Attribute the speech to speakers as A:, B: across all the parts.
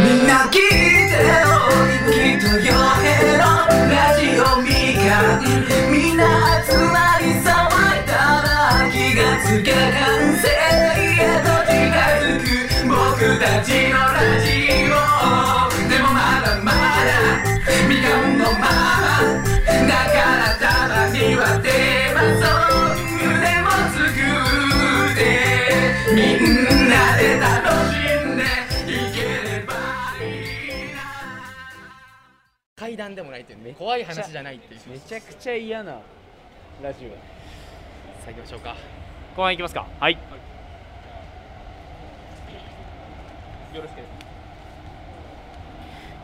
A: みんな聞いてよきっとよへのラジオみかんみんな集まり騒いだら気がつけ完成へと近づく僕たちのラジオでもまだまだみかんのままだからたまにはテーマソングでも作ってみんなで楽しんでいければいいな
B: 階段でもないっていうね怖い話じゃないっていう
C: めちゃくちゃ嫌なラジオだ
B: 作業しようか
D: 後半いきますかはい
B: よろしく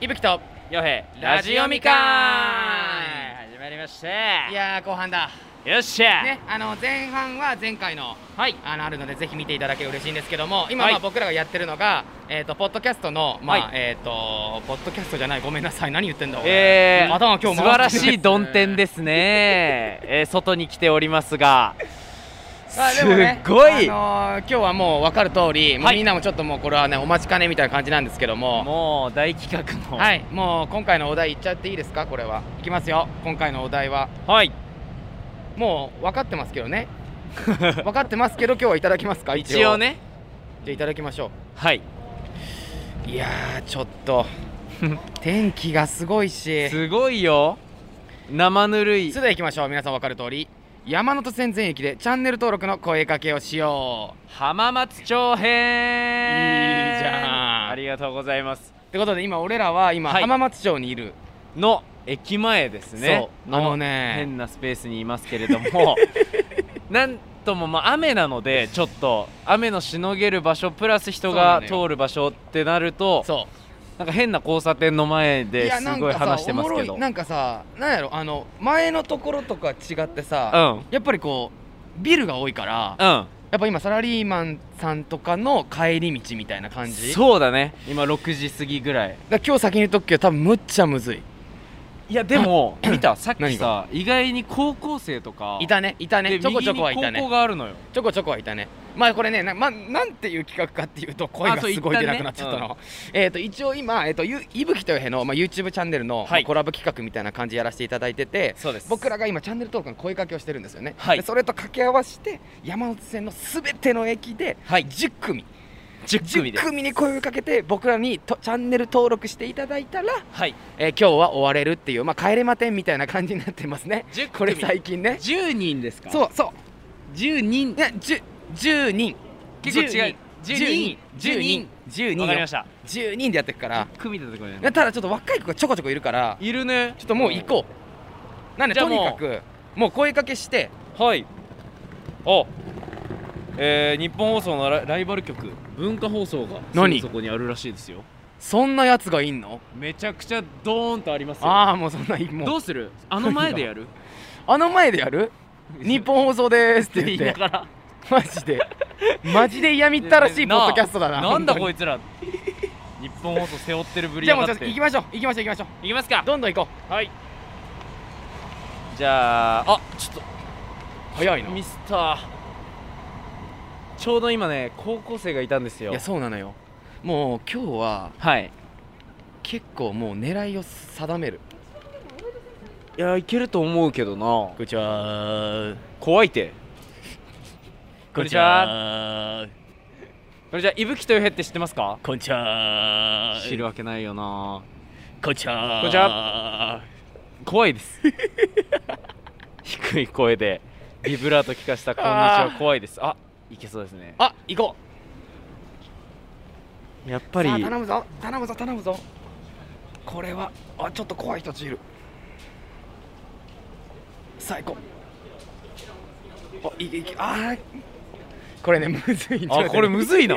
B: いぶきと
D: よへ
B: ラ
D: ラ
B: ジ
D: ジ
B: オ
D: オ
B: み
D: み
B: か
D: か
B: ん
D: ん始まりました
B: いやー後半だ
D: よっしゃ、
B: ねあの前半は前回の
D: はい
B: あのあるのでぜひ見ていただければ嬉しいんですけども今まあ
D: はい
B: 僕らがやってるのが、えっ、とポッドキャストのまあ、
D: はい
B: えっ、とポッドキャストじゃないごめんなさい何言ってんだ俺、
D: えー、
B: 頭今日回して
D: 素晴らしい曇天ですね、えー、外に来ておりますが
B: あで
D: す
B: もね
D: ごい、
B: あのー今日はもう分かる通り、もう
D: はい
B: みんなもちょっともうこれはねお待ちかねみたいな感じなんですけども
D: もう大企画の
B: はいもう今回のお題いっちゃっていいですかこれはいきますよ今回のお題は
D: はい
B: もう分かってますけど ね分かってますけど今日はいただきますか一応
D: 一応ね
B: じゃあいただきましょ
D: はい、
B: ういやーちょっと 天気がすごいし
D: すごいよ生ぬるい
B: それでは行きましょう皆さん分かる通り山手線全域でチャンネル登録の声かけをしよう
D: 浜松町編
B: いいじゃん
D: ありがとうございます
B: ってことで今俺らは今
D: はい
B: 浜松町にいる、
D: の駅前ですね
B: そうあのね
D: 変なスペースにいますけれど もなんともまあ雨なのでちょっと雨のしのげる場所プラス人が
B: そうなの
D: 通る場所ってなると
B: そう
D: なんか変な交差点の前
B: い
D: で
B: や
D: す
B: なん
D: ごい
B: かさ
D: 話してますけど
B: おもろいなんかさなんやろあの前のところとか違ってさ、
D: うん
B: やっぱりこうビルが多いから、や
D: うん
B: っぱ今サラリーマンさんとかの帰り道みたいな感じだか
D: そうだね今6時過ぎぐらい
B: ら今日先に言っとくけど多分むっちゃむずい
D: いやで も見たさっき
B: 何
D: さ意外に高校生とか
B: いたねいたね
D: で
B: ちょこちょこはいた
D: 右に高校
B: ね
D: があるのよ
B: ちょこちょこはいたねまあこれねな,、まあ、なんていう企画かっていうと声が
D: あそう
B: すごい
D: 一旦
B: 出
D: ね
B: なくなっちゃったの、えっ、と一応今、えー、とゆいぶきとよへの、まあ、YouTube チャンネルの、
D: はい
B: まあコラボ企画みたいな感じやらせていただいてて
D: そうです
B: 僕らが今チャンネル登録の声かけをしてるんですよね、
D: はい
B: でそれと掛け合わせて山手線のすべての駅で
D: はい
B: 10組、
D: 10組で
B: 10組に声をかけて僕らにとチャンネル登録していただいたら、
D: はい
B: えー今日は終われるっていう、まあ、帰れま点みたいな感じになってますね
D: 10組
B: これ最近ね
D: 10人ですか
B: そうそう
D: 10人
B: いや10 10人
D: 結構違う
B: 10人10人10人
D: わかりまし
B: よ
D: た
B: 10人でやってくから
D: 組だとこれ
B: ただちょっと若い子がちょこちょこいるから
D: いるね
B: ちょっともう行こうなんで
D: じゃ
B: と
D: あ
B: に
D: もう
B: かくもう声かけして
D: はいあえー、日本放送のラライバル局文化放送が
B: 何
D: すぐそこにあるらしいですよ
B: そんなやつがいんの
D: めちゃくちゃドーンとありますよ
B: ああもうそんないもう
D: どうするあの前でやる
B: あの前でや る 日本放送でーすって
D: 言
B: 言っ
D: い
B: て
D: ながら
B: マジでマジで嫌みったらしいポッドキャストだな
D: なんだ
B: 本当
D: こ
B: に
D: いつら日本放送背負ってるぶり
B: じゃ
D: や
B: あもう
D: が
B: ちょっと
D: って
B: 行きましょう行きましょう行きましょ
D: 行きますか
B: うどんどん行こ
D: はいじゃああちょっと
B: う早いない
D: ミスターちょうど今ね高校生がいたんですよ
B: やそうなのよもう今日は
D: はい
B: 結構もう狙いを定める
D: いやいけると思うけどな
B: こんにちは
D: 怖いて
B: こんにち
D: はこれじゃあいぶきとよへって知ってますか
B: こんにちは
D: 知るわけないよな
B: こんにちは
D: こんにち
B: は
D: 怖いです 低い声でビブラート聞かしたこんにち
B: あ
D: は
B: ー
D: 怖いですあいけそうですね
B: あ行こ
D: やっ
B: う
D: ぱり
B: さあ頼むぞ頼むぞ頼むぞこれはあちょっと怖い人たちいるさあ行こうあいけいけあーこれねむずいんだよ
D: あ
B: ね
D: これむずい な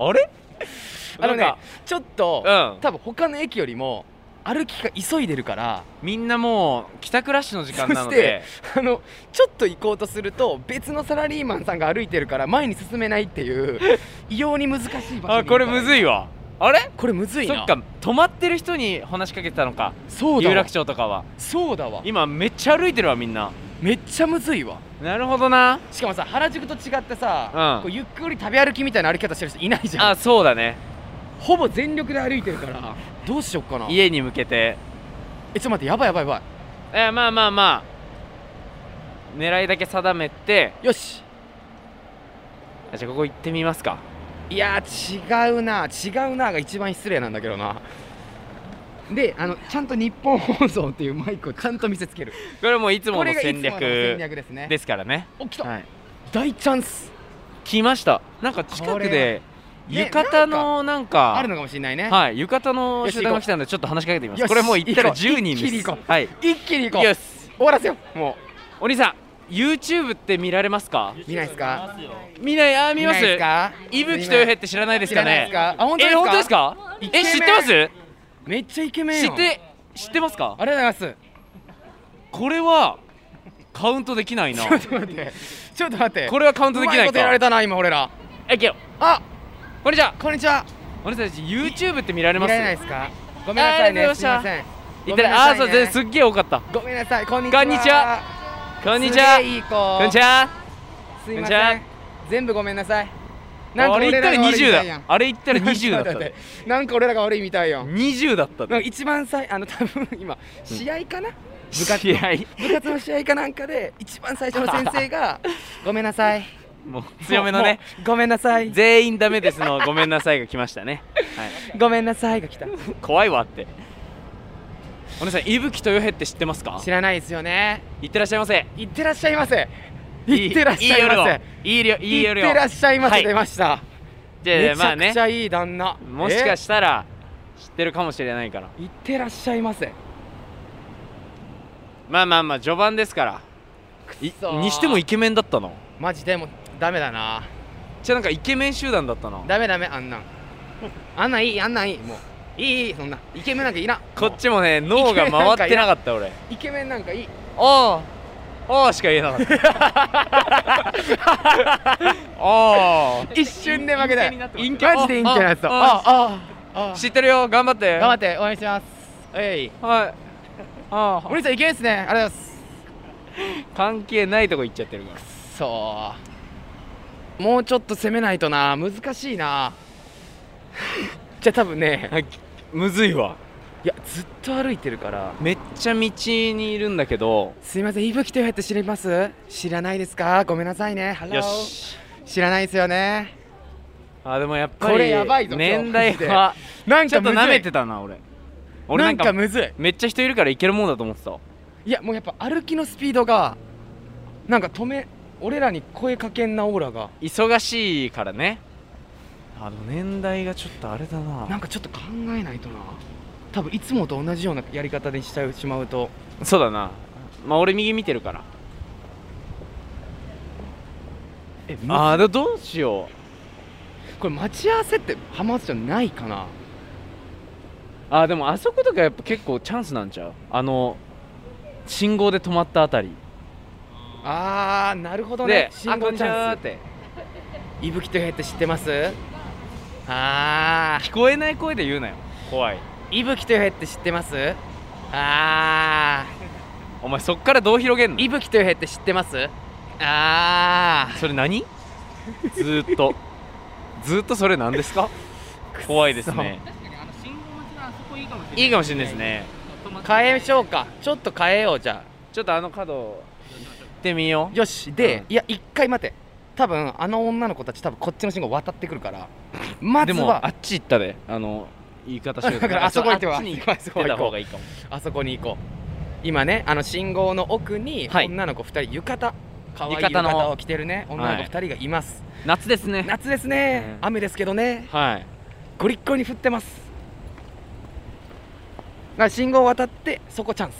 D: あれ
B: あの
D: な
B: ね
D: んか
B: ちょっと、
D: うん
B: 多分他の駅よりも歩きが急いでるから
D: みんなもう帰宅ラッシュの時間なので
B: あのちょっと行こうとすると別のサラリーマンさんが歩いてるから前に進めないって いう異様に難しい場所にいた
D: あこれむずいわあれ
B: これむずい
D: そ
B: な
D: っか止まってる人に話しかけてたのか
B: そうだわ
D: 有楽町とかは
B: そうだわ
D: 今めっちゃ歩いてるわみんな
B: めっちゃむずいわ
D: なるほどな
B: しかもさ原宿と違って
D: う
B: さ
D: ん、
B: こうゆっくり食べ歩きみたいな歩き方してる人いないじゃん
D: あそうだね
B: ほぼ全力で歩いてるからどうしよっかなえち
D: 家に向けて
B: ょっと待ってやばいやばいやば
D: えまあまあまあ狙いだけ定めて
B: いよし
D: あじゃあここ行ってみますか
B: いやー違うな違うなが一番失礼なんだけどなであのちゃんと日本放送っていうマイクをちゃんと見せつける
D: これもういつも
B: こ
D: の
B: れがいつ
D: 戦
B: もの
D: 略
B: 戦略ですね
D: ですからね
B: お来た、
D: はい
B: 大チャンス
D: 来ましたなんか近
B: こ
D: く
B: れ
D: で
B: ね
D: 浴衣のなんか
B: あるのかもしれないね、
D: はい浴衣の
B: よし
D: 集団が来たのでちょっと話しかけてみま
B: よし
D: すこれもう行ったら
B: 行こう
D: 10人
B: 一気
D: で
B: に
D: す
B: 行こ
D: はい
B: 一気に行こう
D: よし
B: 終わらせようも
D: お兄さん YouTube って見られますか
B: う見ないですか
D: 見ないあー見ます
B: ないっすか
D: 伊吹豊平って知らないですか
B: 知らないっ
D: ね
B: すかあ本当です
D: え
B: か
D: 本当ですか
B: イケメ
D: え
B: ン
D: 知ってます
B: めっちゃイケメン
D: 知
B: よ
D: って知ってますか
B: ありがとうござい
D: これはカウントできないな
B: ますちょっと待ってちょっと待って
D: これはカウントでき
B: うま
D: ない
B: ことやられ
D: か
B: たな今俺ら
D: えいけよ
B: あ
D: これじゃ
B: こんにちは
D: お兄さんたち YouTube って見られ
B: 見
D: ます
B: られないですかごめんなさい
D: あ
B: ね
D: り
B: す
D: が
B: い
D: とうござい
B: ま
D: ました
B: せん
D: いったらあーそう
B: で
D: ですすっげえ多かった
B: ごめんなさいこんにちは
D: こんにちはこんにち
B: すげ
D: は
B: えいい子
D: こんにちは
B: すいま
D: こんにち
B: せ
D: は
B: ん全部ごめんなさいなんか
D: あれ
B: 俺
D: 行っ
B: ら
D: た
B: が悪
D: ら
B: いみたい
D: 20
B: や
D: だ
B: ん
D: あれ行ったら20だっ
B: ちょ
D: た
B: と待ってなんか俺らが悪いみたいやん
D: 20だった
B: なんか一番最あの多分今試合かな、部活
D: 試合
B: 部活の試合かなんかで一番最初の先生 がごめんなさい
D: もう強めのね
B: もうごめんなさい
D: 全員ダメですのごめんなさいが来ましたね、はい、
B: ごめんなさいが来た
D: 怖いわってお姉さん伊吹とよへって知ってますか
B: 知らないですよね
D: いってらっしゃいませ
B: いってらっしゃいませいってらっしゃいませ
D: いい夜をいい夜をいい夜
B: っ
D: を
B: てらっしゃいま
D: は
B: せ
D: い
B: 出ました、
D: じゃあ
B: めち
D: まあ
B: ゃく
D: ね
B: ちゃいい旦那
D: もしかしたら知ってるかもしれないから
B: えいってらっしゃいませ
D: まあまあまあ序盤ですからい
B: そー
D: にしてもイケメンだったの
B: マジでもうダメだな
D: じゃあなんかイケメン集団だったの
B: ダメダメあんなんあんなんいいあんなんいいもういいいいそんなイケメンなんかいいな
D: こっちもね
B: もう
D: 脳が回ってなかった俺
B: イケメンなんかいい
D: おーおーしか言えなか ったおー
B: 一瞬で負けたマ
D: 陰キャに
B: ジ
D: なってます
B: でインキャなやつだ
D: ああ
B: あああ
D: 知ってるよ頑張って
B: 頑張って応援しますえい
D: はいあー
B: 森さんイケメンですねありがとうございます
D: 関係ないとこ行っちゃってるから
B: そうもうちょっと攻めないとな難しいな じゃあ多分ね
D: はいむずいわ
B: いやずっと歩いてるから
D: めっちゃ道にいるんだけど
B: すいません伊吹とやって知ります知らないですかごめんなさいねハロー
D: よし
B: 知らないですよね
D: あでもやっぱり
B: これやばいぞ
D: 年代は
B: なん
D: ちょっと
B: な
D: 舐めてたな俺俺
B: な
D: なんん
B: か
D: か
B: むずい
D: めっちゃ人いるからいけるもんだと思ってた
B: いやもうやっぱ歩きのスピードがなんか止め俺らに声かけんなオーラが
D: 忙しいからねあの年代がちょっとあれだな
B: なんかちょっと考えないとな多分いつもと同じようなやり方でしちゃうしまうと
D: そうだなまあ俺右見てるから
B: え
D: あーでもどうしよう
B: これ待ち合わせって浜松じゃないかな
D: あーでもあそことかやっぱ結構チャンスなんちゃうあの信号で止まったあたり
B: あーなるほどね
D: で
B: 信
D: あこ
B: 号
D: んに
B: チ
D: ちは
B: ャ
D: っ
B: ン
D: て
B: ス伊吹とやって知ってますあー
D: 聞こえない声で言うなよ怖い
B: 伊吹とやって知ってますあー
D: お前そっからどう広げんの
B: 伊吹とやって知ってますあー
D: それ何ずーっとずーっとそれ何です か怖いですねいいかもしれないですね
B: 変えましょうかちょっと変えようじゃ
D: ちょっとあの角行ってみよ
B: あよしで、
D: うん
B: いや一回待て多分あの女の子たち多分こっちの信号渡ってくる からま
D: う
B: ず
D: でも
B: は
D: あっち行ったであの言い方してる
B: だからあそこ行っては
D: あっちに行ってた方がいいかも
B: あそこに行こう今ねあの信号の奥に
D: はい
B: 女の子2人浴衣可愛い
D: 浴
B: 浴
D: 衣の
B: 衣を着てるね女の子
D: はい
B: 2人がいます、
D: 夏ですね
B: 夏ですね、
D: うん
B: 雨ですけどね
D: はい
B: ゴリッゴリに降ってますだから信号を渡ってそこチャンス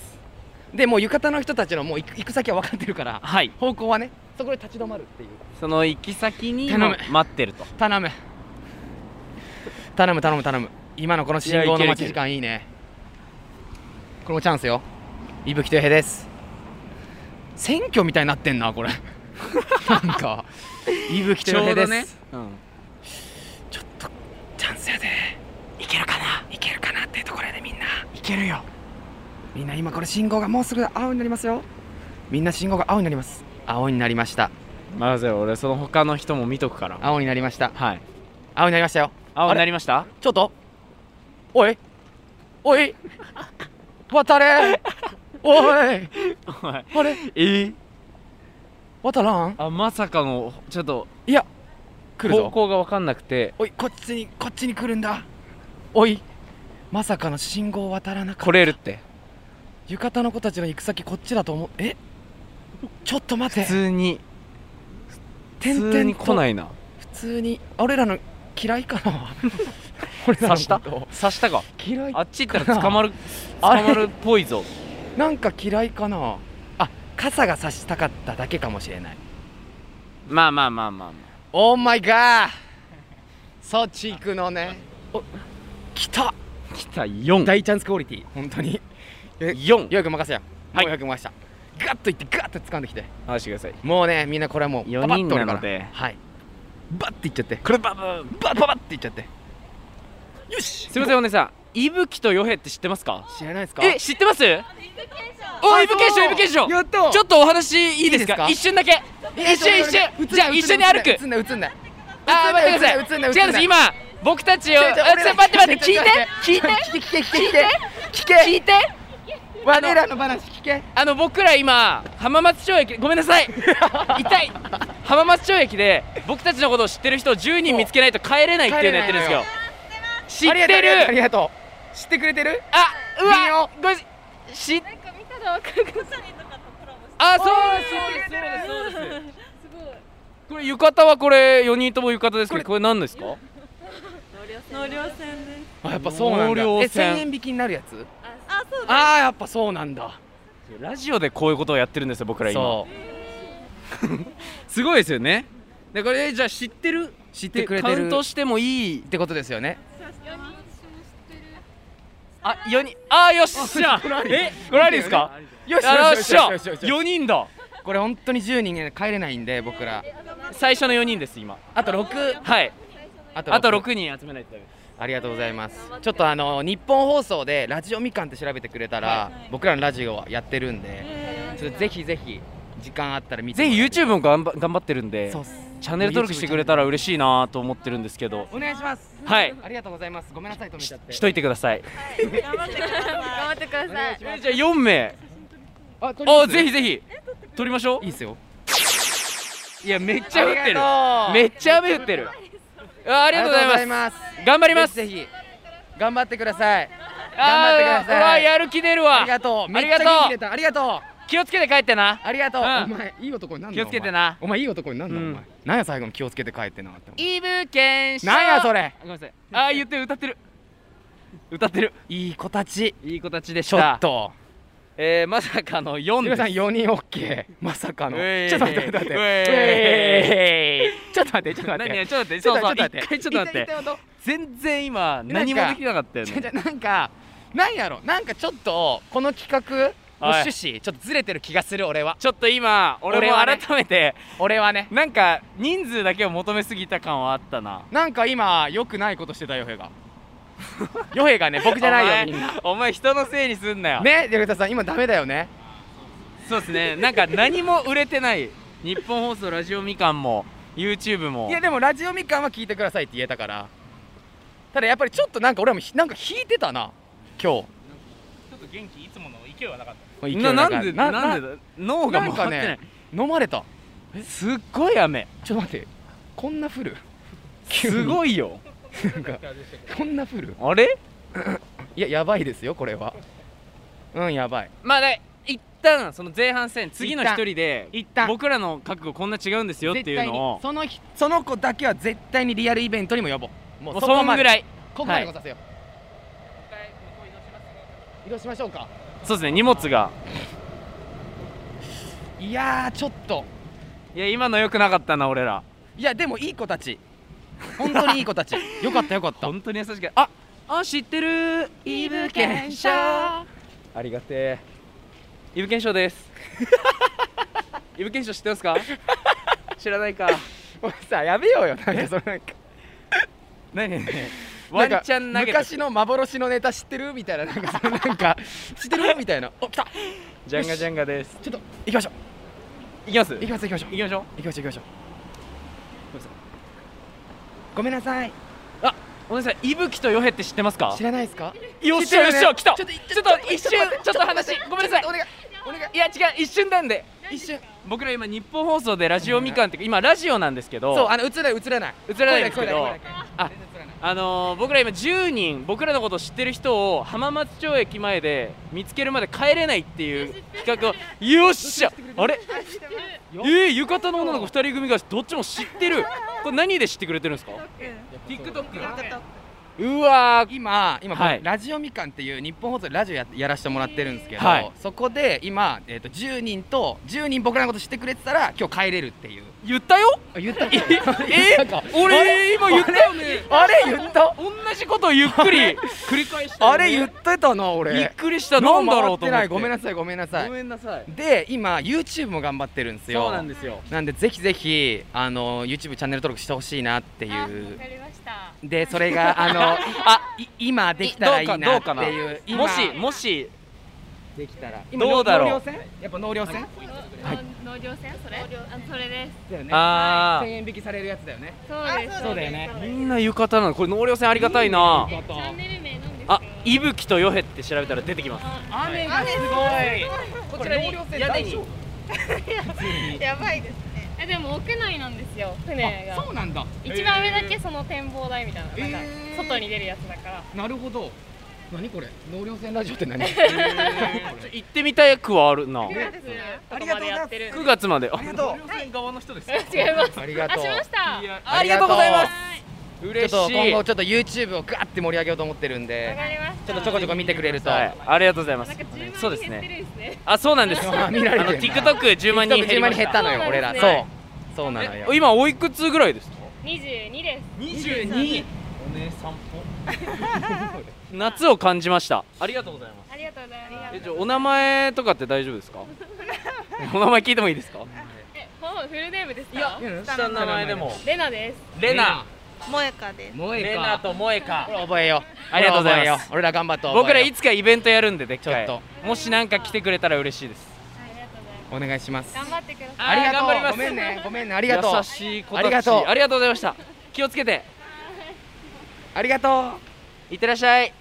B: でもう浴衣の人たちのもう行く行く先は分かってるから
D: はい
B: 方向はねそこで立ち止まるっていう
D: その行き先に
B: 頼む
D: 待ってると
B: 頼む頼む頼む頼む今のこの信号
D: いやいけ
B: の
D: る
B: 待ち時間いいねこれもチャンスよ伊吹と平です選挙みたいになってんなこれ なんか伊吹と平です、
D: うん
B: ちょっとチャンスやでいけるかないけるかなっていうところやでみんないけるよみんな今これ信号がもうすぐ青になりますよみんな信号が青になります青になりました
D: 任せろ俺その他の人も見とくから
B: 青になりました
D: はい
B: 青になりましたよあ
D: 青に
B: れ
D: なりました
B: ちょっとおいおい渡れおい
D: おい
B: あれ
D: え
B: 渡らん
D: あまさかのちょっと
B: いや来る
D: 方
B: ぞ
D: 向が分かんなくて
B: おいこっちにこっちに来るんだおいまさかの信号渡らなかった
D: 来れるって
B: 浴衣の子たちの行く先こっちだと思うえちょっと待て
D: 普通に
B: て
D: 普
B: ん
D: 通
B: て
D: に
B: ん
D: 来ないな
B: 普通に俺らの嫌いかな俺らの
D: 刺 した
B: こと
D: 刺したか
B: 嫌い
D: あっち行ったら捕 まる捕
B: あれ
D: まるっぽいぞ
B: なんか嫌いかなあ傘が差したかっただけかもしれない
D: まあまあまあまあま
B: オーマイガーそっち行くのねお来た
D: あ来た4
B: 大チャンスクオリティ本当にえ
D: 四
B: ようやく任せやも
D: はいう
B: ようやく任せたガッといってガッと掴んできて
D: 話してください
B: もうねみんなこれはもう
D: 四
B: パパッ
D: 人
B: と俺か
D: なので
B: らはいバッていっちゃって
D: これバブ
B: バッバッバッていっちゃってよし
D: すいませんお姉さん伊吹とヨヘって知ってますか
B: 知らないですか
D: え知ってますお伊吹検証伊吹検証
B: やった
D: ちょっとお話いいですか
B: いいですか
D: 一瞬だけ一瞬一瞬じゃあ一緒に歩く
B: 映んない映んない
D: あー待ってくださ
B: 映んない映ん
D: い違うん
B: ない映ん
D: で
B: な
D: す
B: い
D: 今僕たち
B: 違う違う俺ら
D: をあちょ待って待って聞いて聞いて
B: 聞け聞け聞け聞け聞
D: 聞いて
B: け我らの話聞 け
D: あの僕ら今浜松町駅ごめんなさい 痛い浜松町駅で僕たちのことを知ってる人を10人見つけないと帰れないっていうのやってるんですよ知っ
B: ありがとう
D: て
B: あり
D: る
B: がとう知ってくれてる
D: あう
B: 微
D: わ
B: 妙
D: ごめん知っ
E: なんか見たらわかるかもしれないとかとコラボして
D: あそうですそうですそうです
E: すごい
D: これ浴衣はこれ4人とも浴衣ですけどこれ何ですか
E: 納涼船です
B: あやっぱそうなんだ
D: 納
B: え
D: 涼船
B: 1000円引きになるやつ
E: あそうです
B: ああやっぱそうなんだ
D: ラジオでこういうことをやってるんですよ僕ら今
B: そう
D: すごいですよねでこれじゃあ知ってる
B: 知っ
D: で
B: てくれ
D: カ
B: て
D: ウ
B: る
D: ン
B: っ
D: トしてもいい
B: てことですよね
D: あ四人あよっしゃえこれありですか
B: よし
D: あ
B: よ
D: よっ
B: し
D: しゃ
B: よしよしよし
D: 4人だ
B: これ本当に10人ね帰れないんで僕ら
D: 最初の4人です今
B: あと6
D: はい
B: あと
D: あと6人集めないとダメ
B: ありがとうございますちょっとあの日本放送でラジオみかんって調べてくれたら、僕らのラジオはやってるんで、ちょっとぜひぜひ時間あったら見て
D: ぜひ
B: もらえる
D: YouTube も頑張頑張ってるんで
B: そうっす
D: チャンネル登録してくれたら嬉しいなと思ってるんですけど
B: お願いします
D: はい
B: ありがとうございますごめんなさい止めちゃって
D: しといてください
E: 頑張ってください頑張ってください
D: えじゃあ4名
B: あ撮りま
D: あ
B: す
D: ぜひぜひ撮りましょう
B: いいっすよ
D: いやめっち
B: あ
D: ゃ
B: り
D: 降ってる
B: がとう
D: めっちゃ雨降ってるあありがとうございます
B: あ
D: 頑張り
B: りがとうござい
D: ます
B: ますぜひぜひ頑張ってください
D: あ
B: 頑張ってくださいう
D: わやる気出るわ
B: ありがとう
D: あ
B: めっ
D: り
B: ちゃ
D: がと
B: 元気出
D: う
B: たありがとう
D: 気をつけて帰ってな
B: ありがとう、
D: うん
B: お前いい男になんだ
D: 気をつけてな
B: お前お前いい男になんだ、
D: うん
B: お前なんや最後に気をつけて帰ってなって
D: イブ検証
B: なんやそれ
D: ごめんなさい あー言ってる歌ってる歌ってる
B: いい子たち
D: いい子たちでし
B: ちょ
D: た
B: っと
D: えー、まさかの
B: 皆
D: 4
B: さん
D: です
B: 4人 OK まさかの
D: うえい
B: ちょっと待って待って
D: う
B: 待
D: え
B: ってちょっと待ってちょっと待って
D: 何ちょっと待って
B: ちょ
D: そ
B: っ
D: う
B: と
D: そう
B: 待って
D: 一回ちょっと待って
B: 一回一回
D: 全然今何もできなかったよ
B: ちょ
D: ね
B: ちょ なんかなんやろなんかちょっとこの企画の
D: はい
B: 趣旨ちょっとずれてる気がする俺は
D: ちょっと今俺も
B: 俺は
D: 改
B: ね
D: めて
B: 俺はね
D: なんか人数だけを求めすぎた感はあったな
B: なんか今良くないことしてたヨヘが ヨヘがね僕じゃないよみんな
D: お前お前人のせいにすんなよ、
B: ねデルタさん今ダメだよね
D: そうですねなんか何も売れてない日本放送ラジオみかんも YouTube も
B: いやでもラジオみかんは聞いてくださいって言えたからただやっぱりちょっとなんか俺もひなんか引いてたな今日ちょっと
D: な
B: 元気いつもの勢いは
D: な
B: なかった
D: んで
B: な
D: なんん
B: で
D: でだ脳が回ってない
B: なんか飲まれた
D: すっごい雨
B: ちょっと待ってこんな降る
D: す
B: い
D: ごいよ
B: なんか こんな降る
D: あれ
B: いややばいですよこれはうんやばい
D: まあね一旦その前半戦次の一
B: 一旦
D: 人で
B: 一旦
D: 僕らの覚悟こんな違うんですよっていうのを
B: 絶対にその日その子だけは絶対にリアルイベントにも呼ぼうも
D: もうそんぐ
B: い
D: らい
B: ここまで来させよう移動しましょうか
D: そうですね荷物が
B: いやーちょっと
D: いや今の良くなかったな俺ら
B: いやでもいい子た ち本当にいい子たちよかったよかった
D: 本当に優しくああ知ってるイブ検証 ありがてえイブ検証です イブ検証知ってます か知らないか
B: お前さやめようよなんかそのなんか
D: 何ねワンチャン投
B: なん
D: げ
B: か
D: た
B: 昔の幻のネタ知ってるみたいななんかそのなんか知ってるみたいなお来た
D: ジャンガジャンガです
B: ちょっと行きましょう
D: 行きます行
B: 行きます行きましょう
D: きましょう
B: 行きましょう行きましょう
D: ごめんなさい
B: ごめんなさい
D: ごめんなさい、いぶきとよへって知ってますか
B: 知らないですか
D: よ
B: 知っ
D: っ
B: て
D: しゃ
B: る
D: よ
B: よね
D: っしゃ来たち
B: ち
D: ょ
B: ょ
D: っ
B: っ
D: と
B: と
D: 一瞬ちょっと話ごめんなさい
B: お願いお願い
D: いや違う一瞬なんで一瞬僕ら今日本放送でラジオみかんって今ラジオなんですけど
B: そうあの映らない映らない
D: 映らないです
B: 声だ声だ声
D: けど
B: だ声だ
D: ああのー僕ら今10人僕らのことを知ってる人を浜松町駅前で見つけるまで帰れないっていう企画をよっしゃあれえー、浴衣の女の子2人組がどっちも知って るこれ何で知ってくれてるんですか TikTok うわー
B: 今今、
D: はい
B: ラジオみかんっていう日本放送でラジオややらせてもらってるんですけど、
D: はい
B: そこで今、えー、と10人と10人僕らのこと知ってくれてたら今日帰れるっていう
D: 言ったよ
B: 言った
D: ええ俺今言ったよね
B: あれ言った
D: 同じことをゆっくり 繰り返したよ
B: あ
D: ね
B: れ言ってたな俺
D: びっくりしたなんだろうと思って
B: 回てないごめんなさいごめんなさ
D: ご
B: い
D: めんなさい
B: で今 YouTube も頑張ってるんですよ
D: そうなんですよ
B: なんでぜひぜひあの YouTube チャンネル登録してほしいなってい
E: あわ
B: う
E: かりました
B: でそれがあのあい今できたらいいなって
D: ど
B: いう今
D: もしもし
B: できたら
D: どうだろう
B: 納涼船やっぱ納涼船
E: の農業船それあそれです
B: だよね
D: あ
B: 1000円引きされるやつだよね
E: そうです
B: そうだよね
E: そう
D: み
E: です
D: んな浴衣なのこれ納涼船ありがたいな
E: チャンネル名なんですか
D: あ、いぶきとよへって調べたら出てきます
B: 雨がすごいこちらに屋根に
E: やばいですねえでも屋内なんですよ船
B: あ
E: が
B: そうなんだ
E: 一番上だけその展望台みたいななんか
B: えー
E: 外に出るやつだから
B: なるほど何これ納涼船ラジオって何
D: ちょ行ってみたくはあるな
E: 9月
B: あり
E: と
B: がとう
E: か
B: ございま
E: まで
B: す
E: やってるんで
D: 9月まであ
E: 違います
B: ありがとう
E: あしました
D: ありがとうございます
E: はい
D: 嬉し
B: ちょっと今
D: い
B: 後ちょっと YouTube をガーって盛り上げようと思ってるん
E: わ
B: で
E: かりました
B: ちょっとちょこちょこ見てくれると、
D: はい、ありがとうございま
E: なん
D: す
E: か10万
D: そうで
E: 人
D: す
E: 減ってる
D: ね
E: んですね
D: あ、そうなんですあの
B: 見られてるな
D: TikTok10 万人減りまし
B: 減ったたのよ俺ら
E: そ
B: そうう
E: なん
B: そうなのよ
D: 今おいくつぐらいですか
E: 22です
D: 22お姉さんぽ夏を感じましたありがとうございます
E: ありがとうございます
D: えじゃあお名前とかって大丈夫で すかお名前聞いてもいいですか
E: えほぼフルネームですかいや
D: 下の名前でも
E: レナです
D: レナ
B: 萌
D: レナと萌えか
B: これ覚えよう
D: ありがとうございます
B: これ覚えよ俺ら頑張って覚えよう
D: 僕らいつかイベントやるんででっかい
B: ちょっ
D: もしなんか来てくれたら嬉しいです
E: ありがとうございま
B: お願いしますす
E: 頑張ってください
D: あー
B: りがと
D: 頑
B: う
D: 張ります
B: ごめんねごめんねありがとう
D: 優しい子たち
B: ありがとう
D: ありがとうございました気をつけて
B: ありがと
D: いってらっしゃいう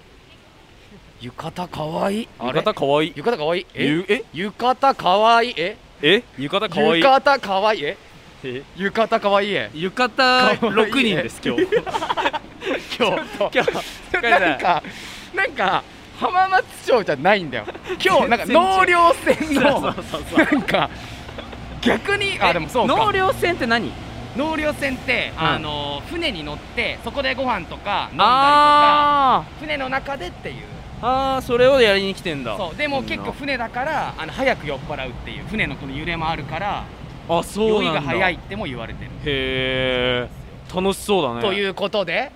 B: 浴衣かわいい
D: 浴
B: あれ
D: 衣かわいい
B: 浴衣かわいいえ
D: ゆえ
B: 浴衣かわいいえ
D: え浴衣かわいい
B: 浴衣かわいいえ
D: え
B: 浴衣かわいいえ
D: 浴衣
B: かわいい
D: 6人です 今日今日今日
B: なんかなんか浜松町じゃないんだよ今日なんか
D: 全然違う
B: 納涼船の
D: そうそうそう
B: なんか逆にあでもそう
D: 納
B: か
D: 涼船って何
B: 納涼船って、
D: うん
B: あの船に乗ってそこでご飯とか飲んだりとか
D: あ
B: 船の中でっていう
D: ーあーそれをやりに来てんだ
B: そうでも結構船だからあの早く酔っ払うっていう船のこの揺れもあるから
D: あそう
B: 酔い
D: なんだ
B: が早いっても言われてる
D: へえ楽しそうだね
B: ということ で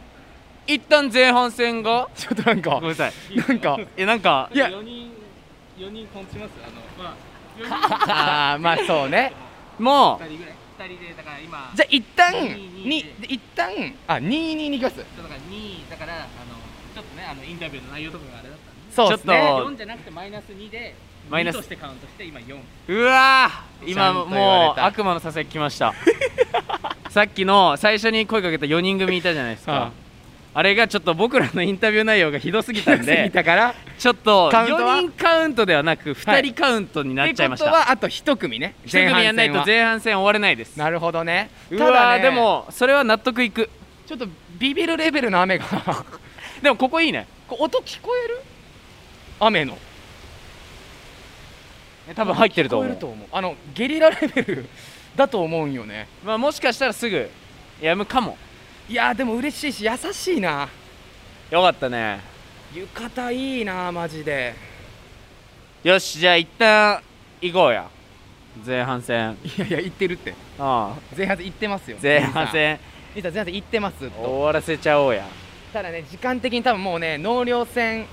D: 一旦前半戦が
B: ちょっとなん
D: ご
B: か
D: めんなさい
B: なんか
D: えなんか
B: いやあーまあそうね
D: もう
B: じゃあ一旦に一旦あ22に行きます
F: だから2だからあのちょっとねあのインタビューの内容とかがあれだったんで
B: そうです
D: ちょ
B: ね
D: っ
F: 4じゃなくてマイナス2で
D: マイナス
F: 2としてカウントして今4
D: うわー
B: ちゃ
D: 今
B: んと言わ
D: も
B: れ
D: う
B: た
D: 悪魔のささやき来ました さっきの最初に声かけた4人組いたじゃないです
B: は
D: か
B: い
D: あれがちょっと僕らのインタビュー内容がひどすぎた
B: 過ぎ
D: んで
B: たから
D: ちょっと
B: カウントは
D: 4人カウントではなく
B: は
D: 2人
B: い
D: カウントになっちゃいまし
B: ってこ
D: た
B: とはあと一組ね
D: 1組やんない
B: 前半戦は
D: と前半戦終われないです
B: なるほどね
D: う
B: ただ
D: わー
B: ね
D: でもそれは納得いく
B: ちょっとビビるレベルの雨が
D: でもここいいね
B: こう音聞こえる雨の
D: 多分入ってる
B: 聞
D: と
B: こ
D: 思
B: え
D: う
B: ると思うあのゲリラレベルだと思うんよね
D: まあもしかしたらすぐやむかも
B: いやーでも嬉しいし優しいな
D: よかったね
B: 浴衣いいなマジで
D: よしじゃあ一旦行こうや前半戦
B: いやいや行ってるって
D: ああ
B: 前半戦行ってますよ
D: 前半戦
B: 兄さん兄さん前半戦行ってますずっと
D: 終わらせちゃおうや
B: ただね時間的に多分もうね納涼船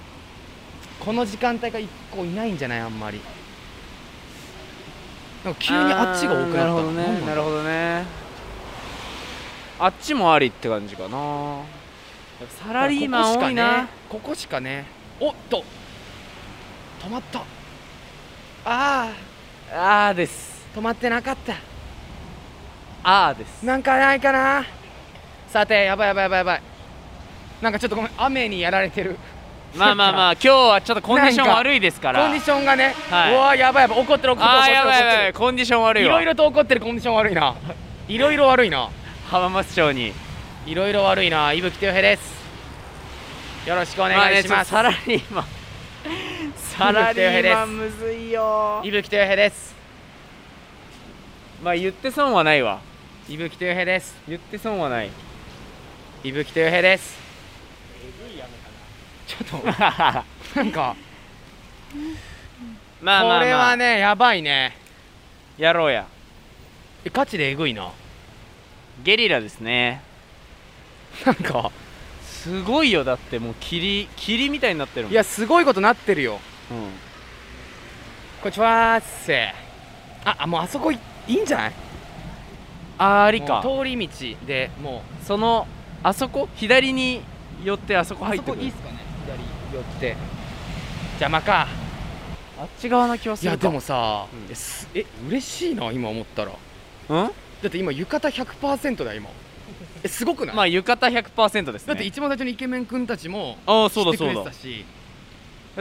B: この時間帯が一個いないんじゃないあんまりなんか急にあっちが多くなった
D: あーなるほどねなる
B: ほ
D: ほどねあっちもありって感じかなサラリーマン多いな
B: ここしかねおっと止まったあ
D: あーです
B: ー止まってなかった
D: あーです
B: なんかないかなさてやばいやばいやばいやばいなんかちょっとごめん雨にやられてる
D: まあまあまあ今日はちょっとコンディション悪いですか
B: コ
D: ら
B: ンディションがね、
D: はいう
B: わやばいやばい怒ってる怒ってる怒
D: あ
B: っ
D: ー
B: てる
D: や
B: 怒っ
D: ばい
B: て
D: や
B: る
D: ばいコンディション悪い
B: い
D: わ
B: ろいろと怒ってるコンディション悪いないろいろ悪いな
D: 浜松町に
B: いろいろ悪いな伊吹豊平ですよろしくお
D: まあ
B: 願い
D: ね
B: し
D: ちょっ
B: ま
D: と
B: す、
D: サラリーマンサラリーマンむずいよ
B: 伊吹豊平です
D: まあ言って損はないわ
B: 伊吹豊平です
D: 言って損はない
B: 伊吹豊平ですちょっと
D: まあ
B: なんか
D: まあまあ
B: これはねやばいね
D: やろうや
B: えガチでえぐいな
D: ゲリラですね
B: なんか
D: すごいよだってもう霧霧みたいになってるもん
B: いやすごいことなってるよ
D: うん
B: こんにちはっせああもうあそこいいいんじゃない
D: あーありか
B: もう通り道でも
D: そのあそこ左に寄ってあそこ
B: うあ
D: 入っ
B: そ
D: て
B: こ
D: くる
B: いいっすかね左寄って邪魔か
D: あっち側な気はいする
B: や
D: か
B: でもさ、
D: うん
B: えすえ嬉しいな今思ったらだ
D: うん
B: って今浴衣100%だよ今えすごくない、
D: まあ浴衣100%ですね
B: だって一番最初にイケメン君たちも
D: ああ
B: 知
D: そう
B: ってく
D: だそ
B: れ
D: う
B: て
D: だ
B: たし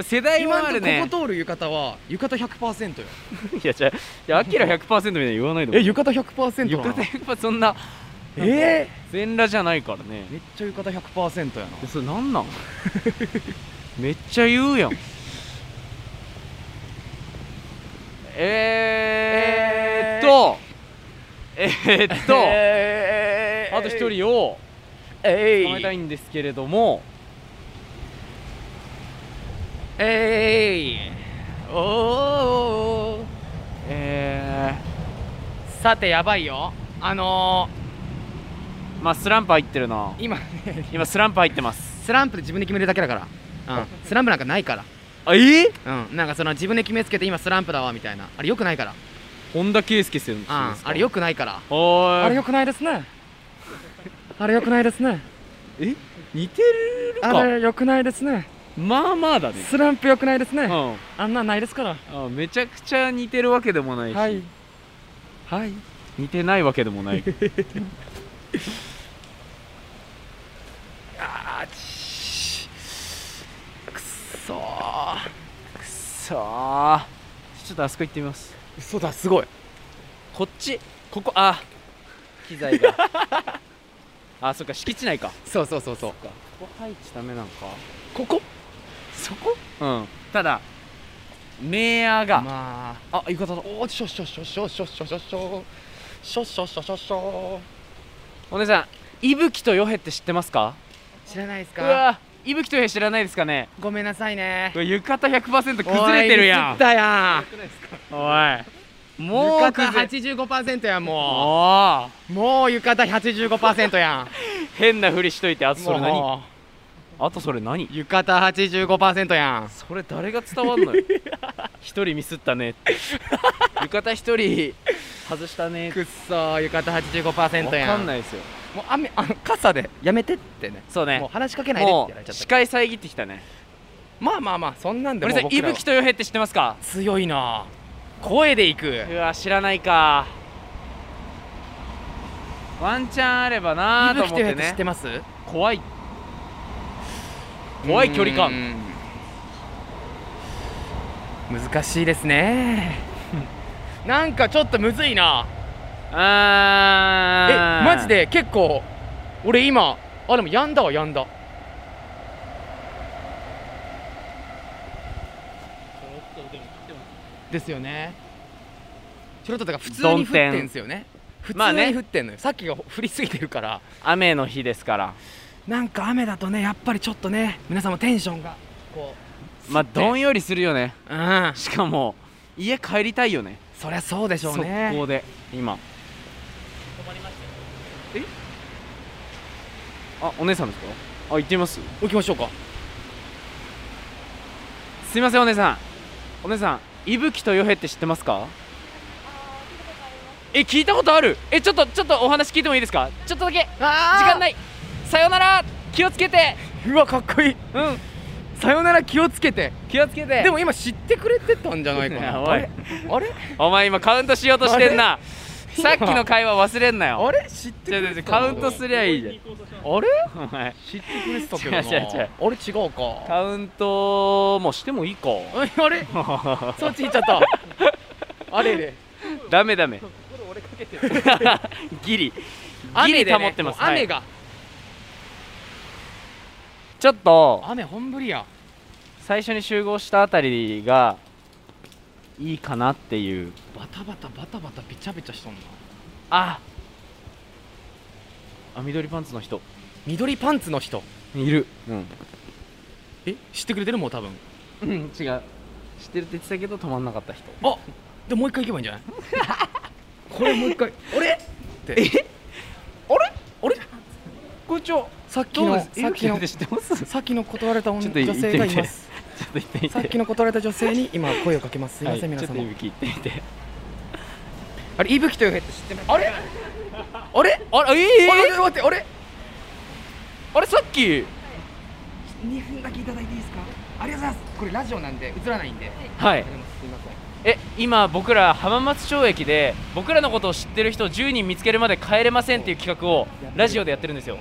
D: 世代
B: 今
D: は
B: ん
D: あ
B: と
D: る
B: こ
D: ね
B: こ通る浴衣は浴衣100%よ
D: いやじゃあいやアキラ100%みたいに言わないで
B: え
D: も
B: 浴衣100%な
D: 浴
B: の
D: 衣100%そんな
B: え
D: 全裸じゃないからね
B: ー、めっちゃ浴衣100%やな
D: えそれなんなん めっちゃ言うやんえーっとえーっと、
B: え
D: あと一人を
B: え
D: 捕まえたいんですけれども
B: えいおお
D: え
B: さてやばいよあの
D: ー、まあスランプ入ってるな
B: ー、今ね
D: 今スランプ入ってます
B: スランプで自分で決めるだけだから、うん、スランプなんかないか
D: あえ
B: ら、うん、なんかその自分で決めつけて今スランプだわみたいなあれよくないから、う
D: 本田圭佑選手で
B: ん、
D: すか
B: あれよくないから
D: おーい
B: あれよくないですねあれよくないですね
D: え似てるか
B: あれよくないですね
D: まあまあだね
B: スランプよくないですね、
D: うん
B: あんなんないですから
D: あめちゃくちゃ似てるわけでもないし、
B: はいはい
D: 似てないわけでもない
B: あーちーくっそー
D: くそーちょっとあそこ行ってみます
B: 嘘だすごい
D: こっちここあ機材があそっか敷地内か
B: そうそうそうそう
D: そっかここ配置ダメなのか
B: ここ
D: そこうんただメーヤーが、
B: まあ
D: あ浴衣だ
B: おーしょしょしょしょしょしょしょしょしょしょしょしょしょ
D: お姉さん伊吹とヨヘって知ってますか
B: 知らないです
D: う
B: か
D: わ伊吹とヨヘ知らないですかね
B: ごめんなさいね
D: うわ浴衣100%崩れてるや
B: おいミス
D: ん
B: ったや
D: おい
B: ん
D: もう
B: 浴
D: 崩
B: 衣
D: れ
B: 85%やんも
D: おー
B: うもう浴衣85%や
D: 変なふりしといてあと
B: ん
D: それ何
B: も
D: あとそれ何
B: う浴衣85%やん
D: それ誰が伝わんのよ 一人ミスったねって浴衣一人外したねって
B: くっそー浴衣85%
D: 分
B: や
D: か
B: ん
D: んない
B: い
D: ですよ
B: もう雨あの傘でやめてってね
D: そうね
B: もう話しかけないでって
D: も
B: やられち
D: う
B: ゃっ
D: 視
B: た
D: 界遮ってきたね
B: まあまあまあそんなんで
D: 俺
B: も
D: さ
B: うん僕
D: 伊
B: らは
D: 吹とよへって知ってますか
B: 強いな声で行く
D: うわ知らないかワンチャンあれば
B: 伊
D: なーと思
B: 吹
D: っ
B: という
D: て
B: やつ知っ
D: ね
B: てます
D: 怖い怖い距離感
B: うーん難しいですね なんかちょっとむずいなえ
D: あー
B: マジで結構俺今あでもやんだはやんだですよねちょろっとだから普通に降ってんすよね普
D: まあ
B: 通
D: ね
B: に降ってんのよ、さっきが降りすぎてるから
D: 雨の日ですから
B: なんか雨だとねやっぱりちょっとね皆さんもテンションがこう
D: まあ
B: すって
D: どんよりするよね
B: うん
D: しかも家帰りたいよね
B: そりゃそうでしょうね
D: 速攻で今あお姉さんですかあ行ってみます
B: 行きましょうか
D: すいませんお姉さんお姉さん伊吹とヨヘって知ってますかえ聞いたことあるえちょっとちょっとお話聞いてもいいですかちょっとだけ時
B: あ
D: 間
B: い
D: ないさよなら気をつけて
B: うわかっこいい
D: うん
B: さよなら気をつけて
D: 気をつけて
B: でも今知ってくれてたんじゃ ないかな
D: おい
B: あれあれ
D: お前今カウントしようとしてんな さっきの会話忘れんな よ
B: あれ知って
D: 違
B: く
D: う
B: れ
D: 違う違
B: て
D: う
B: た
D: カウントすりゃいいじゃん
B: あれ
D: お前
B: 知ってくれてたけどな
D: 違う違う違う
B: あれ違うか
D: カウントもしてもいいか
B: えあれそっち行っちゃったあれれ
D: ダメダメ ギリギリ
B: で
D: 保ってます、
B: もう
D: は
B: 雨
D: い
B: が
D: ちょっと
B: 雨本降りや
D: 最初に集合したあたりがいいかなっていう
B: バタバタバタバタびちゃびちゃしとんな
D: ああ緑パンツの人
B: 緑パンツの人
D: いるうん、
B: え知ってくれてるもう多分
D: うん、違う知ってるって言ってたけど止まんなかった人
B: あでもう一回行けばいいんじゃ ないこれもう一回あれってあれあれ
D: 校長
B: さっき
D: どう
B: の
D: です
B: さっきの
D: 知ってますちょっ
B: さっきの断られた女
D: ちょっと
B: 女
D: 行ってみて
B: 性がいます
D: と言ってみて
B: さっきの断られた女性に今声をかけますすいません、
D: はい、
B: 皆
D: ちょっと
B: 様
D: 今聞いてみて
B: あれいぶきというヘッド知ってますあれあれ
D: あれえ
B: あれ
D: え
B: 待ってあれ
D: あれさっき
B: 2分だけいただいていいですかありがとうございますこれラジオなんで映らないんで
D: はい
B: ありがとうございますすいません
D: え今僕ら浜松町駅で僕らのことを知ってる人を10人見つけるまで帰れませんっていう企画をラジオでやってるんですよ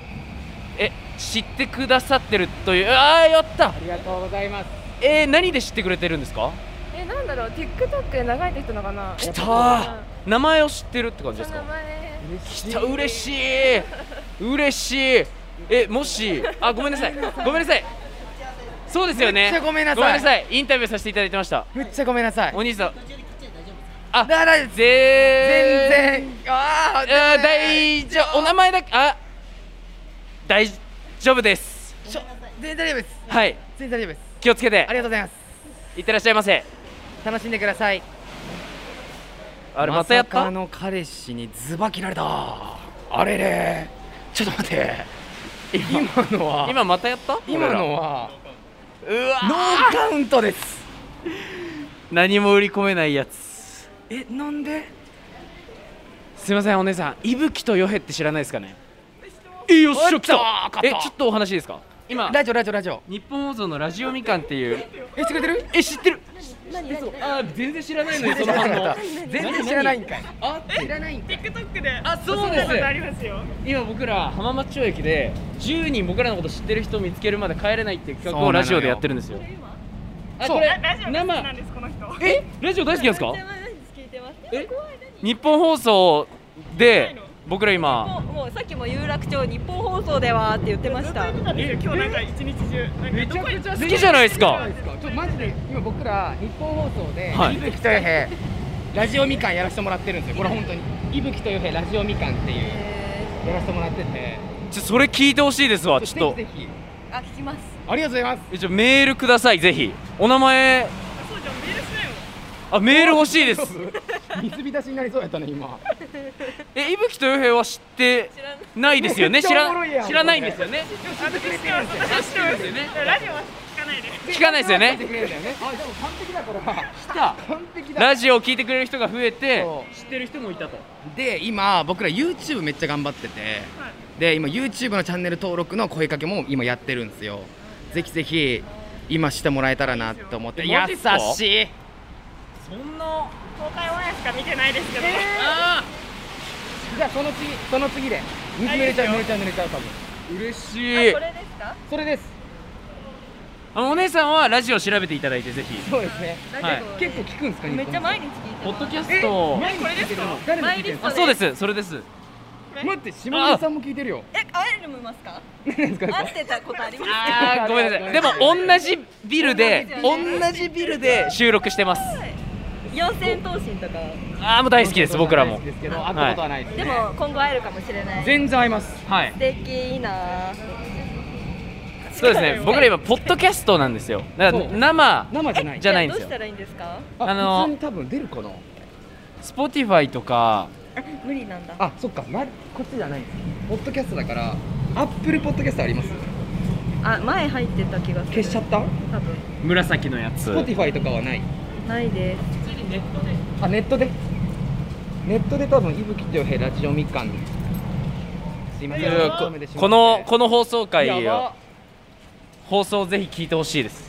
D: え知ってくださってるというああやった
C: りがとうございます
D: えー、何で知ってくれてるんですか
G: えなんだろう TikTok で流れてきたのかな
D: 来た
G: うん
D: ー名前を知ってるって感じで
G: そ
D: す
G: の
D: か
G: 前
D: 来た嬉しい嬉しいえもしあごめんなさいごめんなさいそうですよ
B: め
D: ね
B: っちゃごめんなさい
D: ごめんなさいインタビューさせていただいてました
B: めっちゃごめんなさい
D: お兄さんあ
B: だだ全
D: 全
B: 然あー
D: あー大丈夫お名前だけあ大丈夫です
B: ちょ全然大丈夫です
D: はい
B: 全然大丈夫です
D: 気をつけて
B: ありがとうございま
D: いってらっしゃいませ
B: す楽しんでください
D: あれまたやっ
B: ま
D: た、
B: さかの彼氏にズバ切られたあれれちょっと待って今のは
D: 今またやった
B: 今の
D: 俺ら
B: は
D: うわ
B: ノーカウントです
D: 何も売り込めないやつ
B: えなんです
D: いませんお姉さん伊吹とヨヘって知らないですかねえよっし
B: お
D: ゃ
B: っと
D: 来た
B: 勝
D: え
B: った
D: ちょっとお話いいですか今
B: ラジオラジオラジオ
D: 日本放送のラジオみかんっていう
B: えしてくれてる
D: え知ってるあー全然知らないのにその反応
B: 全然知らないんかい
D: あ
B: 知らないんかい
E: TikTok で
D: あそうで
E: 見たことあ
D: す
E: りますよ
D: 今僕ら浜松町駅で10人僕らのこと知ってる人を見つけるまで帰れないっていう企画
B: そう
D: を
B: なのよ
D: ラジオでやってるんですよあこ
E: あ
D: れ
E: ラジオが好きな
D: 生
E: んですこの人
D: えラジオ大好きなんですか
G: 聞いてます
D: え日本放送で僕ら今
G: もうもうさっきも有楽町日本放送ではって言ってました
E: 今日なんか一日中なんかどこ行って
D: 好きじゃないですか
B: ちょっとマジで今僕ら日本放送で
D: はい
B: 伊吹とよへラジオみかんやらせてもらってるんですよこれ本当に伊吹とよへラジオみかんっていうやらせてもらってて
D: ちょそれ聞いてほしいですわちょっと
B: ぜひぜひ
G: あ聞きます
B: ありがとうござ います
D: えちょメールくださいぜひお名前
E: そうじゃんメールしないもん
D: あメール欲しいです
B: 水浸しになりそうやったね今
D: え伊吹とよへは知って
G: 知らない
D: ないですよね知
B: めっちゃおもろいや
D: ら
B: ん
D: 知らないんですよね
E: 私で
D: ですよね
E: ラジオは聞かないで
D: 聞かないですよね
B: てくれるんだよねあでも完璧だこれは
D: 来た
B: 完璧だ
D: ラジオを聞いてくれる人が増えて
B: そ
D: 知ってる人もいたと
B: で今僕ら YouTube めっちゃ頑張ってて、で今 YouTube のチャンネル登録の声かけも今やってるんですよぜひぜひ今してもらえたらなと思って
D: え
B: 優
D: マジっすか
B: しい
D: そんな
E: 公開オンエアしか見てないですけど、
D: あ
B: じゃあその次その次で水濡れちゃう濡れちゃう濡れちゃう多分
D: ー嬉しい
G: これですか
B: それです
D: あのお姉さんはラジオを調べていただいてぜひ
B: そうですね
D: はい
B: 結構聞くんですか
G: めっちゃ毎日聞いて
D: ポッ
G: ます
D: ドキャスト
B: 毎日聞いてるの誰の聞いてるんです
D: あそうですそれです
B: か待って下地さんも聞いてるよ
G: えあれでもいますか
B: 何ですか
G: 合ってたことあります
D: あーごめんなさいでも同じビルで同じビルで収録してます
G: 四千頭身とか
D: ああもう大好きです僕ら
B: 大
D: も
B: 好きですけど会ったことはないです
G: で
B: ね
G: も今後会えるかもしれない素
B: 全然合います
D: はい
G: 敵な
D: そうですね僕ら今ポッドキャストなんですよだから
B: そう
D: 生
B: 生じゃない
D: じゃないんです
G: どう
D: よ
G: したらいいんですか
B: あ
D: あの
B: 普
D: ー
B: 通に多分出るかな
D: Spotify とか
G: 無理なんだ
B: あそっか、ま、こっちじゃないんですポッドキャストだからアップルポッドキャストあります
G: あ前入ってた気がす
B: 消
G: る
B: しちゃった
G: 多分
D: 紫のやつ
B: Spotify とかはない
G: ないです
B: あネットでネットで多分伊吹とよへラジオみかんすいません
D: このこの放送回
B: や
D: を
B: ば
D: 放送をぜひ聞いてほしいです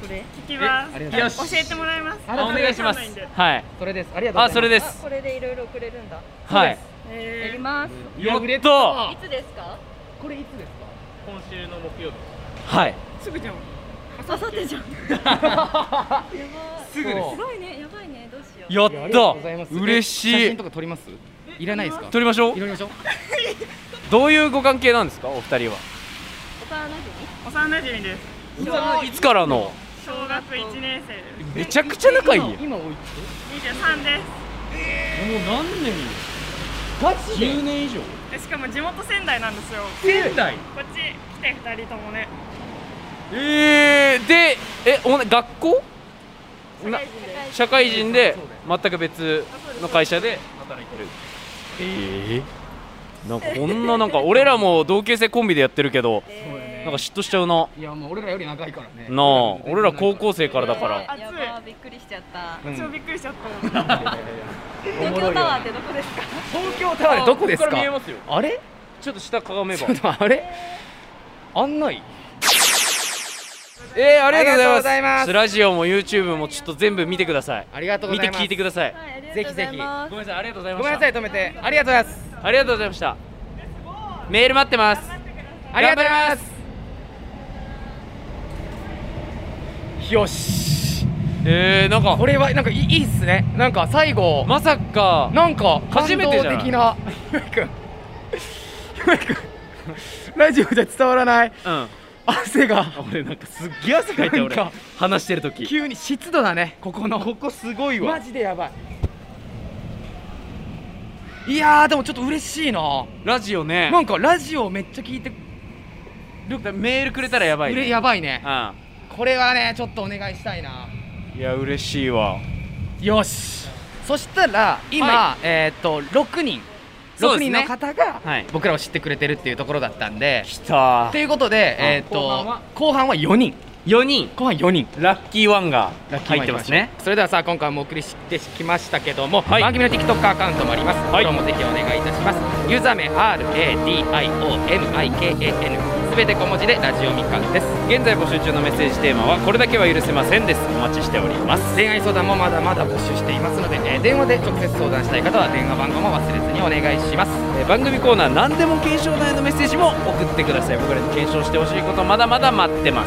E: これ聞きます
B: ありがとう
D: よ
B: ございま
D: し
E: 教えてもらいます
D: あお願いします
E: わかんないんで
D: はい
B: すそれですありがとうございま
D: あ
B: す
D: それで
G: あ
D: す
G: これでいろいろくれるんだ
D: はい
G: や
E: え
G: ります
D: やった
G: いつですか
F: 今週の木曜日
D: はい
E: ーすぐじゃん
G: あさってじゃんやばい
D: すぐです
G: すごいねやばいねどうしよう
D: やっ
B: ありがとうございます
D: た
B: 写
D: 嬉し
B: 真
D: い
B: とか撮りますいらないですか
D: 撮りましょう
B: いらないでしょ
D: どういうご関係なんですかお二人は
G: 幼馴
E: 幼馴染です
D: いつからの
E: 小学一年生です
D: めちゃくちゃ仲いいやん
B: 今おい
E: 二十三です
D: もう何年ガチで ?10 年以上
E: でしかも地元仙台なんですよ
D: 仙台
E: こっち来て二人ともね
D: えー、でえおな学校な社会人で全く別の会社で働いてるええなんかこんななんか俺らも同級生コンビでやってるけどなんか嫉妬しちゃうない
B: やもう俺らより長いからね
D: なあ俺ら高校生からだから
G: やばびっくりしちゃった
B: うん
E: 超びっくりしちゃった
G: 東京タワーってどこですか
B: 東京タワーどこですか
D: ここから見えますよ
B: あれ
D: ちょっと下かがめ
B: ち
D: ば
B: ょっとあれ案内
D: えー、ありがとう
B: ありがと
D: ございます
B: うございます
D: ラジオも YouTube もちょっと全部見てください
B: ありがとうご
D: 見
B: ざ
D: て
B: います
D: 聞いてください
G: はいありが
B: ぜひ
G: とうござ
B: ぜ
G: い
B: ひ
G: ます
D: ごめんなさいありがとうございま
B: ご
D: し
B: めん
D: た
B: なさい止めてありがとうございます
D: ありがとうございましたメール待ってます
B: ありがとうございますよし
D: えー、なんか
B: これはなんかいいいいっすねなんか最後
D: まさか
B: なんか感
D: 初
B: 動
D: めてじゃない
B: 的なひまいくんひまいくんラジオじゃ伝わらない
D: うん
B: 汗が
D: 俺なんかすっげえ汗かいて俺
B: なんか
D: 話してる時
B: 急に湿度だねここの
D: ここすごい
B: マジでやばいいやーでもちょっと嬉しいな
D: ラジオね
B: なんかラジオめっちゃ聞いて
D: メールくれたらやばい、
B: うれ
D: ね、
B: やばいね
D: ば
B: これはねちょっとお願いしたいな
D: うんいや嬉しいわ
B: よしそしたら今、
D: は
B: えーっと6人
D: そう
B: 6
D: です
B: 人
D: ね
B: の方が
D: はい
B: 僕らを知ってくれてるっていうところだったんで
D: きた
B: ということで、えーっと
D: 後半は
B: 後半は4人
D: 4人
B: 後半4人
D: ラッキーワンが
B: ラッキー
D: 入ってますね
B: それではさあ今回もお送りしてきましたけども、
D: はい
B: 番組の TikTok アカウントもあります、
D: はい
B: 今日もぜひお願いいたしますユーザー名 RADIOMIKAN すべて小文字でラジオみかんです
D: 現在募集中のメッセージテーマはこれだけは許せませんですお待ちしております
B: 恋愛相談もまだまだ募集していますので、えー電話で直接相談したい方は電話番号も忘れずにお願いします
D: えー番組コーナー何でも検証台のメッセージも送ってください僕らに検証してほしいことまだまだ待ってま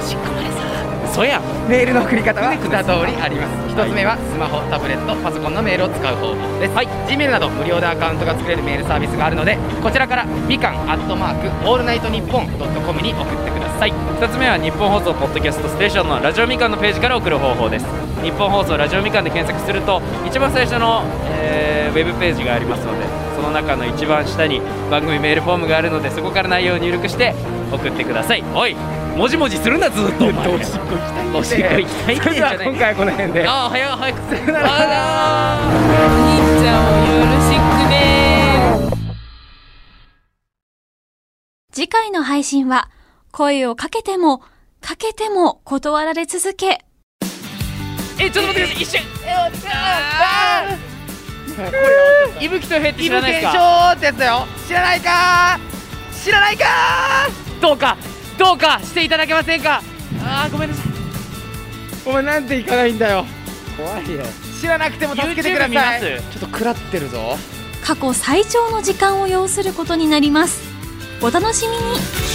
D: す
B: しっこまれさ
D: そやん
B: メールの送り方は2通りあります1つ目はスマホタブレットパソコンのメールを使う方法です、はい、Gmail など無料でアカウントが作れるメールサービスがあるのでこちらからみかんアットマークオールナイトニッポンドットコムに送ってください
D: 2つ目は日本放送ポッドキャストステーションのラジオみかんのページから送る方法です日本放送ラジオみかんで検索すると一番最初の、えーウェブページがありますのでその中の一番下に番組メールフォームがあるのでそこから内容を入力して送ってくださいおいもじもじするなずっとお前おしっこ行きたいおしっこ行きたい
B: それでは今回はこの辺で
D: ああ早く早くするなら
H: 次回の配信は、声をかけても、かけても断られ続け、
D: えちょっと待ってください一瞬いぶきとへって
B: イ
D: 知
B: ブ
D: らないで
B: 検
D: すか
B: 証ってやつだよ知らないかー知らないか
D: どうかどうかしていただけませんかあーごめんなさい
B: ーお前なんで行かないんだよ
C: 怖いよ
B: 知らなくても助けてくだ
D: YouTube 見
B: さ
D: ま
B: い
D: す
B: ちょっと食らってるぞ
H: 過去最長の時間を要することになります。お楽しみに